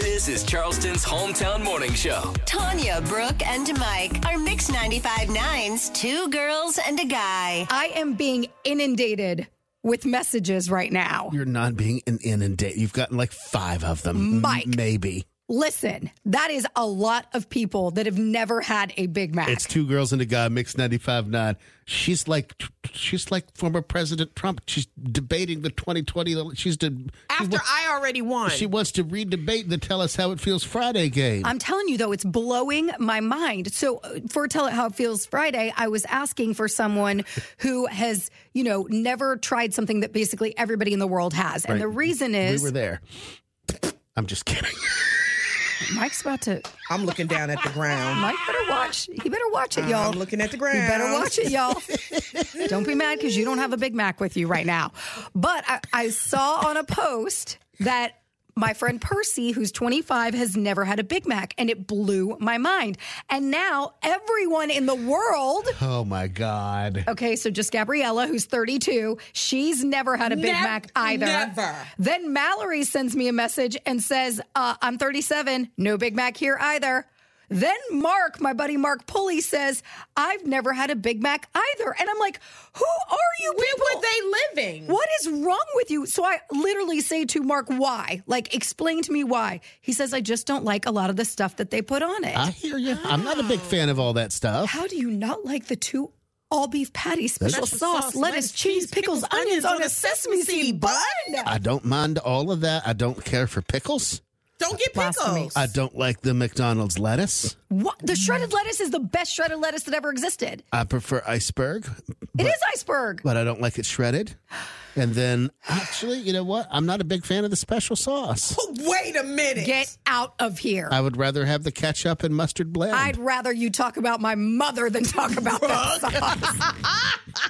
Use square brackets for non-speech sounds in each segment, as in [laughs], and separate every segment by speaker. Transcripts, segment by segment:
Speaker 1: This is Charleston's hometown morning show.
Speaker 2: Tanya, Brooke, and Mike are Mix 95.9's two girls and a guy.
Speaker 3: I am being inundated with messages right now.
Speaker 4: You're not being an inundate. You've gotten like five of them.
Speaker 3: Mike.
Speaker 4: M- Maybe.
Speaker 3: Listen, that is a lot of people that have never had a Big Mac.
Speaker 4: It's two girls and a guy, mixed 95.9. She's like, she's like former President Trump. She's debating the 2020. She's de- she,
Speaker 5: After
Speaker 4: wa-
Speaker 5: I already won.
Speaker 4: she wants to re-debate the Tell Us How It Feels Friday game.
Speaker 3: I'm telling you though, it's blowing my mind. So uh, for Tell It How It Feels Friday, I was asking for
Speaker 4: [laughs]
Speaker 3: someone who has, you know, never tried something that basically everybody in the world has. And the reason
Speaker 4: we
Speaker 3: is
Speaker 4: were there. I'm just kidding. [laughs]
Speaker 3: Mike's about to
Speaker 5: I'm looking down at the ground.
Speaker 3: Mike better watch. He better watch it, [laughs] y'all.
Speaker 5: I'm looking at the
Speaker 3: You
Speaker 5: ground.
Speaker 3: better watch it, y'all. don't be mad because you don't have a Big Mac with you right now. But I, I saw on a post that my friend Percy, who's 25, has never had a Big Mac, and it blew my mind. And now everyone in the world.
Speaker 4: Oh my God.
Speaker 3: Okay, so just Gabriella, who's 32, she's never had a Big
Speaker 5: Nev-
Speaker 3: Mac either.
Speaker 5: never.
Speaker 3: Then Mallory sends me a message and says, uh, I'm 37, no Big Mac here either. Then Mark, my buddy Mark Pulley, says, I've never had a Big Mac either. And I'm like, who are you
Speaker 5: Where
Speaker 3: people?
Speaker 5: were they living?
Speaker 3: What is wrong with you? So I literally say to Mark, why? Like, explain to me why. He says, I just don't like a lot of the stuff that they put on it.
Speaker 4: I hear you. I'm not a big fan of all that stuff.
Speaker 3: How do you not like the two all beef patties, special
Speaker 5: Special
Speaker 3: sauce,
Speaker 5: sauce,
Speaker 3: lettuce,
Speaker 5: lettuce,
Speaker 3: cheese,
Speaker 5: cheese,
Speaker 3: pickles,
Speaker 5: pickles,
Speaker 3: onions,
Speaker 5: onions
Speaker 3: on a sesame seed bun?
Speaker 4: I don't mind all of that. I don't care for pickles.
Speaker 5: Don't get
Speaker 3: Blasphemy.
Speaker 5: pickles.
Speaker 4: I don't like the McDonald's lettuce.
Speaker 3: What? The shredded lettuce is the best shredded lettuce that ever existed.
Speaker 4: I prefer iceberg.
Speaker 3: It is iceberg.
Speaker 4: but I don't like it shredded. And then, actually, you know what? I'm not a big fan of the special sauce.
Speaker 5: Wait a minute.
Speaker 3: Get out of here.
Speaker 4: I would rather have the ketchup and mustard blend.
Speaker 3: I'd rather you talk about my mother than talk about that sauce.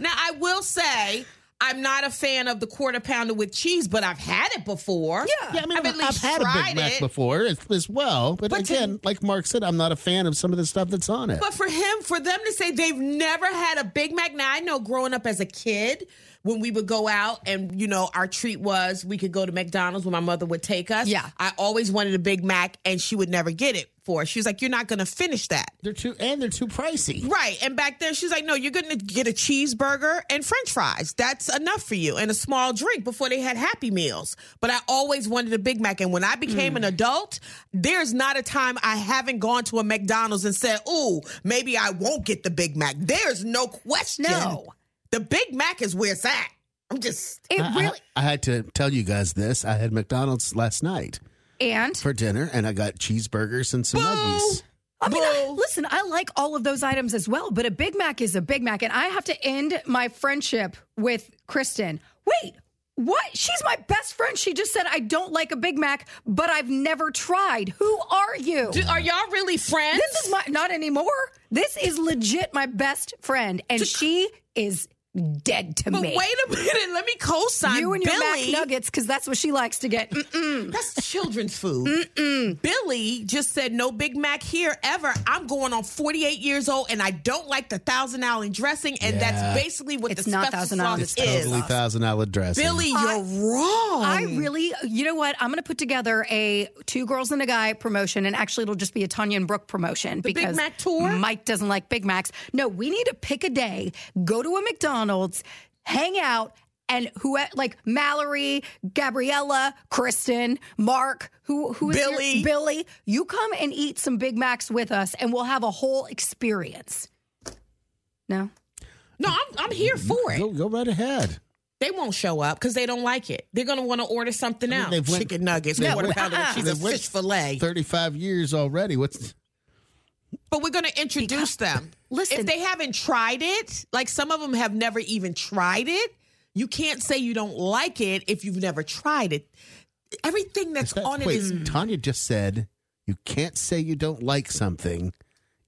Speaker 5: now I will say I'm not a fan of the quarter pounder with cheese, but I've had it before.
Speaker 3: Yeah.
Speaker 4: Yeah, I mean,
Speaker 5: I've at least
Speaker 4: had a
Speaker 5: tried
Speaker 4: Big Mac
Speaker 5: it.
Speaker 4: before as, as well. But,
Speaker 5: But to-
Speaker 4: again, like Mark said, I'm not a fan of some of the stuff that's on it.
Speaker 5: But for him, for them to say they've never had a Big Mac. Now I know growing up as a kid, when we would go out and you know our treat was we could go to McDonald's when my mother would take us.
Speaker 3: Yeah.
Speaker 5: I always wanted a Big Mac, and she would never get it for. us. She was like, "You're not going to finish that."
Speaker 4: They're too, and they're too pricey.
Speaker 5: Right. And back then, she's like, no, you're going to get a cheeseburger and french fries. That's enough for you. And a small drink before they had Happy Meals. But I always wanted a Big Mac. And when I became
Speaker 3: Hmm.
Speaker 5: an adult, there's not a time I haven't gone to a McDonald's and said, ooh, maybe I won't get the Big Mac. There's no question.
Speaker 3: No.
Speaker 5: The Big Mac is where it's at. I'm just.
Speaker 3: [laughs] It
Speaker 4: I- I-
Speaker 3: really.
Speaker 4: I, had to tell you guys this. I had McDonald's last night
Speaker 3: And
Speaker 4: for dinner, and I got cheeseburgers and some nuggies.
Speaker 3: I mean, I-
Speaker 5: Boo.
Speaker 3: listen, I like all of those items as well, but a Big Mac is a Big Mac, and I have to end my friendship with Kristen. Wait, what? She's my best friend. She just said I don't like a Big Mac, but I've never tried. Who are you?
Speaker 5: Do- are y'all really friends?
Speaker 3: this is my not anymore. This is legit my best friend, and she is dead to
Speaker 5: but
Speaker 3: me.
Speaker 5: wait a minute. Let me co sign
Speaker 3: you and your
Speaker 5: Billy.
Speaker 3: Mac Nuggets, because that's what she likes to get.
Speaker 5: That's children's food. Billy just said, No Big Mac here ever. I'm going on 48 years old and I don't like the Thousand Island dressing. And
Speaker 4: Yeah.
Speaker 5: that's basically what
Speaker 3: It's
Speaker 5: the
Speaker 3: not
Speaker 5: special
Speaker 3: Thousand
Speaker 5: sauce
Speaker 3: Island,
Speaker 4: It's
Speaker 5: is.
Speaker 4: totally thousand dollar dressing.
Speaker 5: Billy, you're wrong.
Speaker 3: I really, you know what? I'm going to put together a two girls and a guy promotion, and actually, it'll just be a Tanya and Brooke promotion.
Speaker 5: Big Mac tour?
Speaker 3: Mike doesn't like Big Macs. No, we need to pick a day, go to a McDonald's, hang out, and who like Mallory, Gabriella, Kristen, Mark, who who is your-
Speaker 5: Billy.
Speaker 3: Billy, you come and eat some Big Macs with us, and we'll have a whole experience. No,
Speaker 5: No, I'm, I'm here for
Speaker 4: go
Speaker 5: it.
Speaker 4: go right ahead.
Speaker 5: They won't show up because they don't like it. They're going to want to order something else.
Speaker 4: they've went-
Speaker 5: Chicken nuggets,
Speaker 4: No,
Speaker 5: no, quarter pounder with
Speaker 3: uh-uh.
Speaker 5: cheese,
Speaker 4: They've
Speaker 5: a
Speaker 4: went
Speaker 5: fish fillet.
Speaker 4: Thirty-five years already. What's
Speaker 5: But we're going to introduce them.
Speaker 3: Listen.
Speaker 5: if they haven't tried it, like some of them have never even tried it, you can't say you don't like it if you've never tried it. Everything that's
Speaker 4: That-
Speaker 5: on it
Speaker 4: wait,
Speaker 5: is
Speaker 4: Tanya just said you can't say you don't like something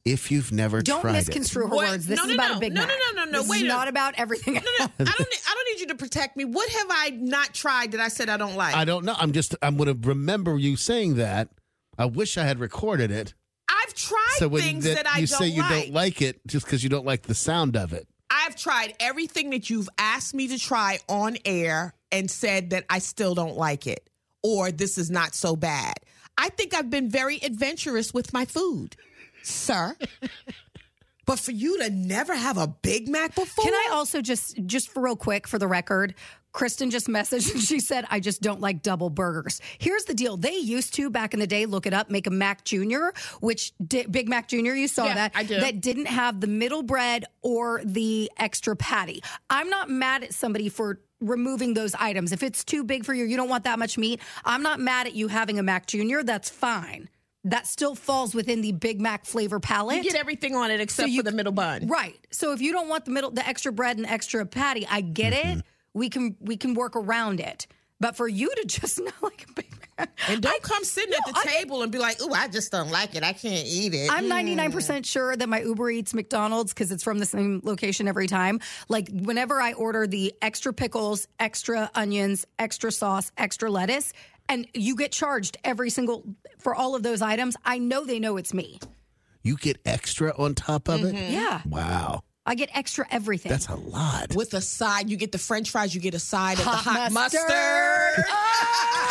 Speaker 4: if you've never
Speaker 3: don't
Speaker 4: tried
Speaker 3: misconstrue her
Speaker 5: What?
Speaker 3: words. This
Speaker 5: No,
Speaker 3: is
Speaker 5: no,
Speaker 3: about
Speaker 5: no.
Speaker 3: a Big
Speaker 5: No, no,
Speaker 3: Mac.
Speaker 5: no, no, no.
Speaker 3: This
Speaker 5: Wait
Speaker 3: is
Speaker 5: a-
Speaker 3: not about everything.
Speaker 5: No, no, I don't. Need, I don't need you to protect me. What have I not tried that I said I don't like?
Speaker 4: it. I don't know. I'm just I'm gonna remember you saying that. I wish I had recorded it.
Speaker 5: I've tried
Speaker 4: so when
Speaker 5: things
Speaker 4: that
Speaker 5: that, I
Speaker 4: you
Speaker 5: don't
Speaker 4: say you
Speaker 5: like.
Speaker 4: don't like it just because you don't like the sound of it.
Speaker 5: I've tried everything that you've asked me to try on air and said that I still don't like it or this is not so bad. I think I've been very adventurous with my food, sir. [laughs] but for you to never have a Big Mac before,
Speaker 3: Can I also just, just for real quick, for the record, Kristen just [laughs] messaged and she said, I just don't like double burgers. Here's the deal. They used to, back in the day, look it up, make a Mac Jr., which di- Big Mac Jr., you saw
Speaker 5: Yeah,
Speaker 3: that,
Speaker 5: I do.
Speaker 3: that didn't have the middle bread or the extra patty. I'm not mad at somebody for removing those items. If it's too big for you, you don't want that much meat. I'm not mad at you having a Mac Jr., that's fine. That still falls within the Big Mac flavor palette.
Speaker 5: get everything on it except for the middle bun?
Speaker 3: Right. So if you don't want the middle, the extra bread and extra patty, I get it. We can we can work around it. But for you to [laughs] just not like a Big Mac,
Speaker 5: And don't come sitting
Speaker 3: no,
Speaker 5: at the
Speaker 3: I-
Speaker 5: table and be like, "Ooh, I just don't like it. I can't eat it."
Speaker 3: I'm 99% sure that my Uber Eats McDonald's, because it's from the same location every time. Like, whenever I order the extra pickles, extra onions, extra sauce, extra lettuce, and you get charged every single for all of those items, I know they know it's me.
Speaker 4: You get extra on top of it?
Speaker 3: Yeah.
Speaker 4: Wow.
Speaker 3: I get extra everything.
Speaker 4: That's a lot.
Speaker 5: With a side, you get the French fries. You get a side of the
Speaker 3: Hot
Speaker 5: hot mustard.
Speaker 3: mustard.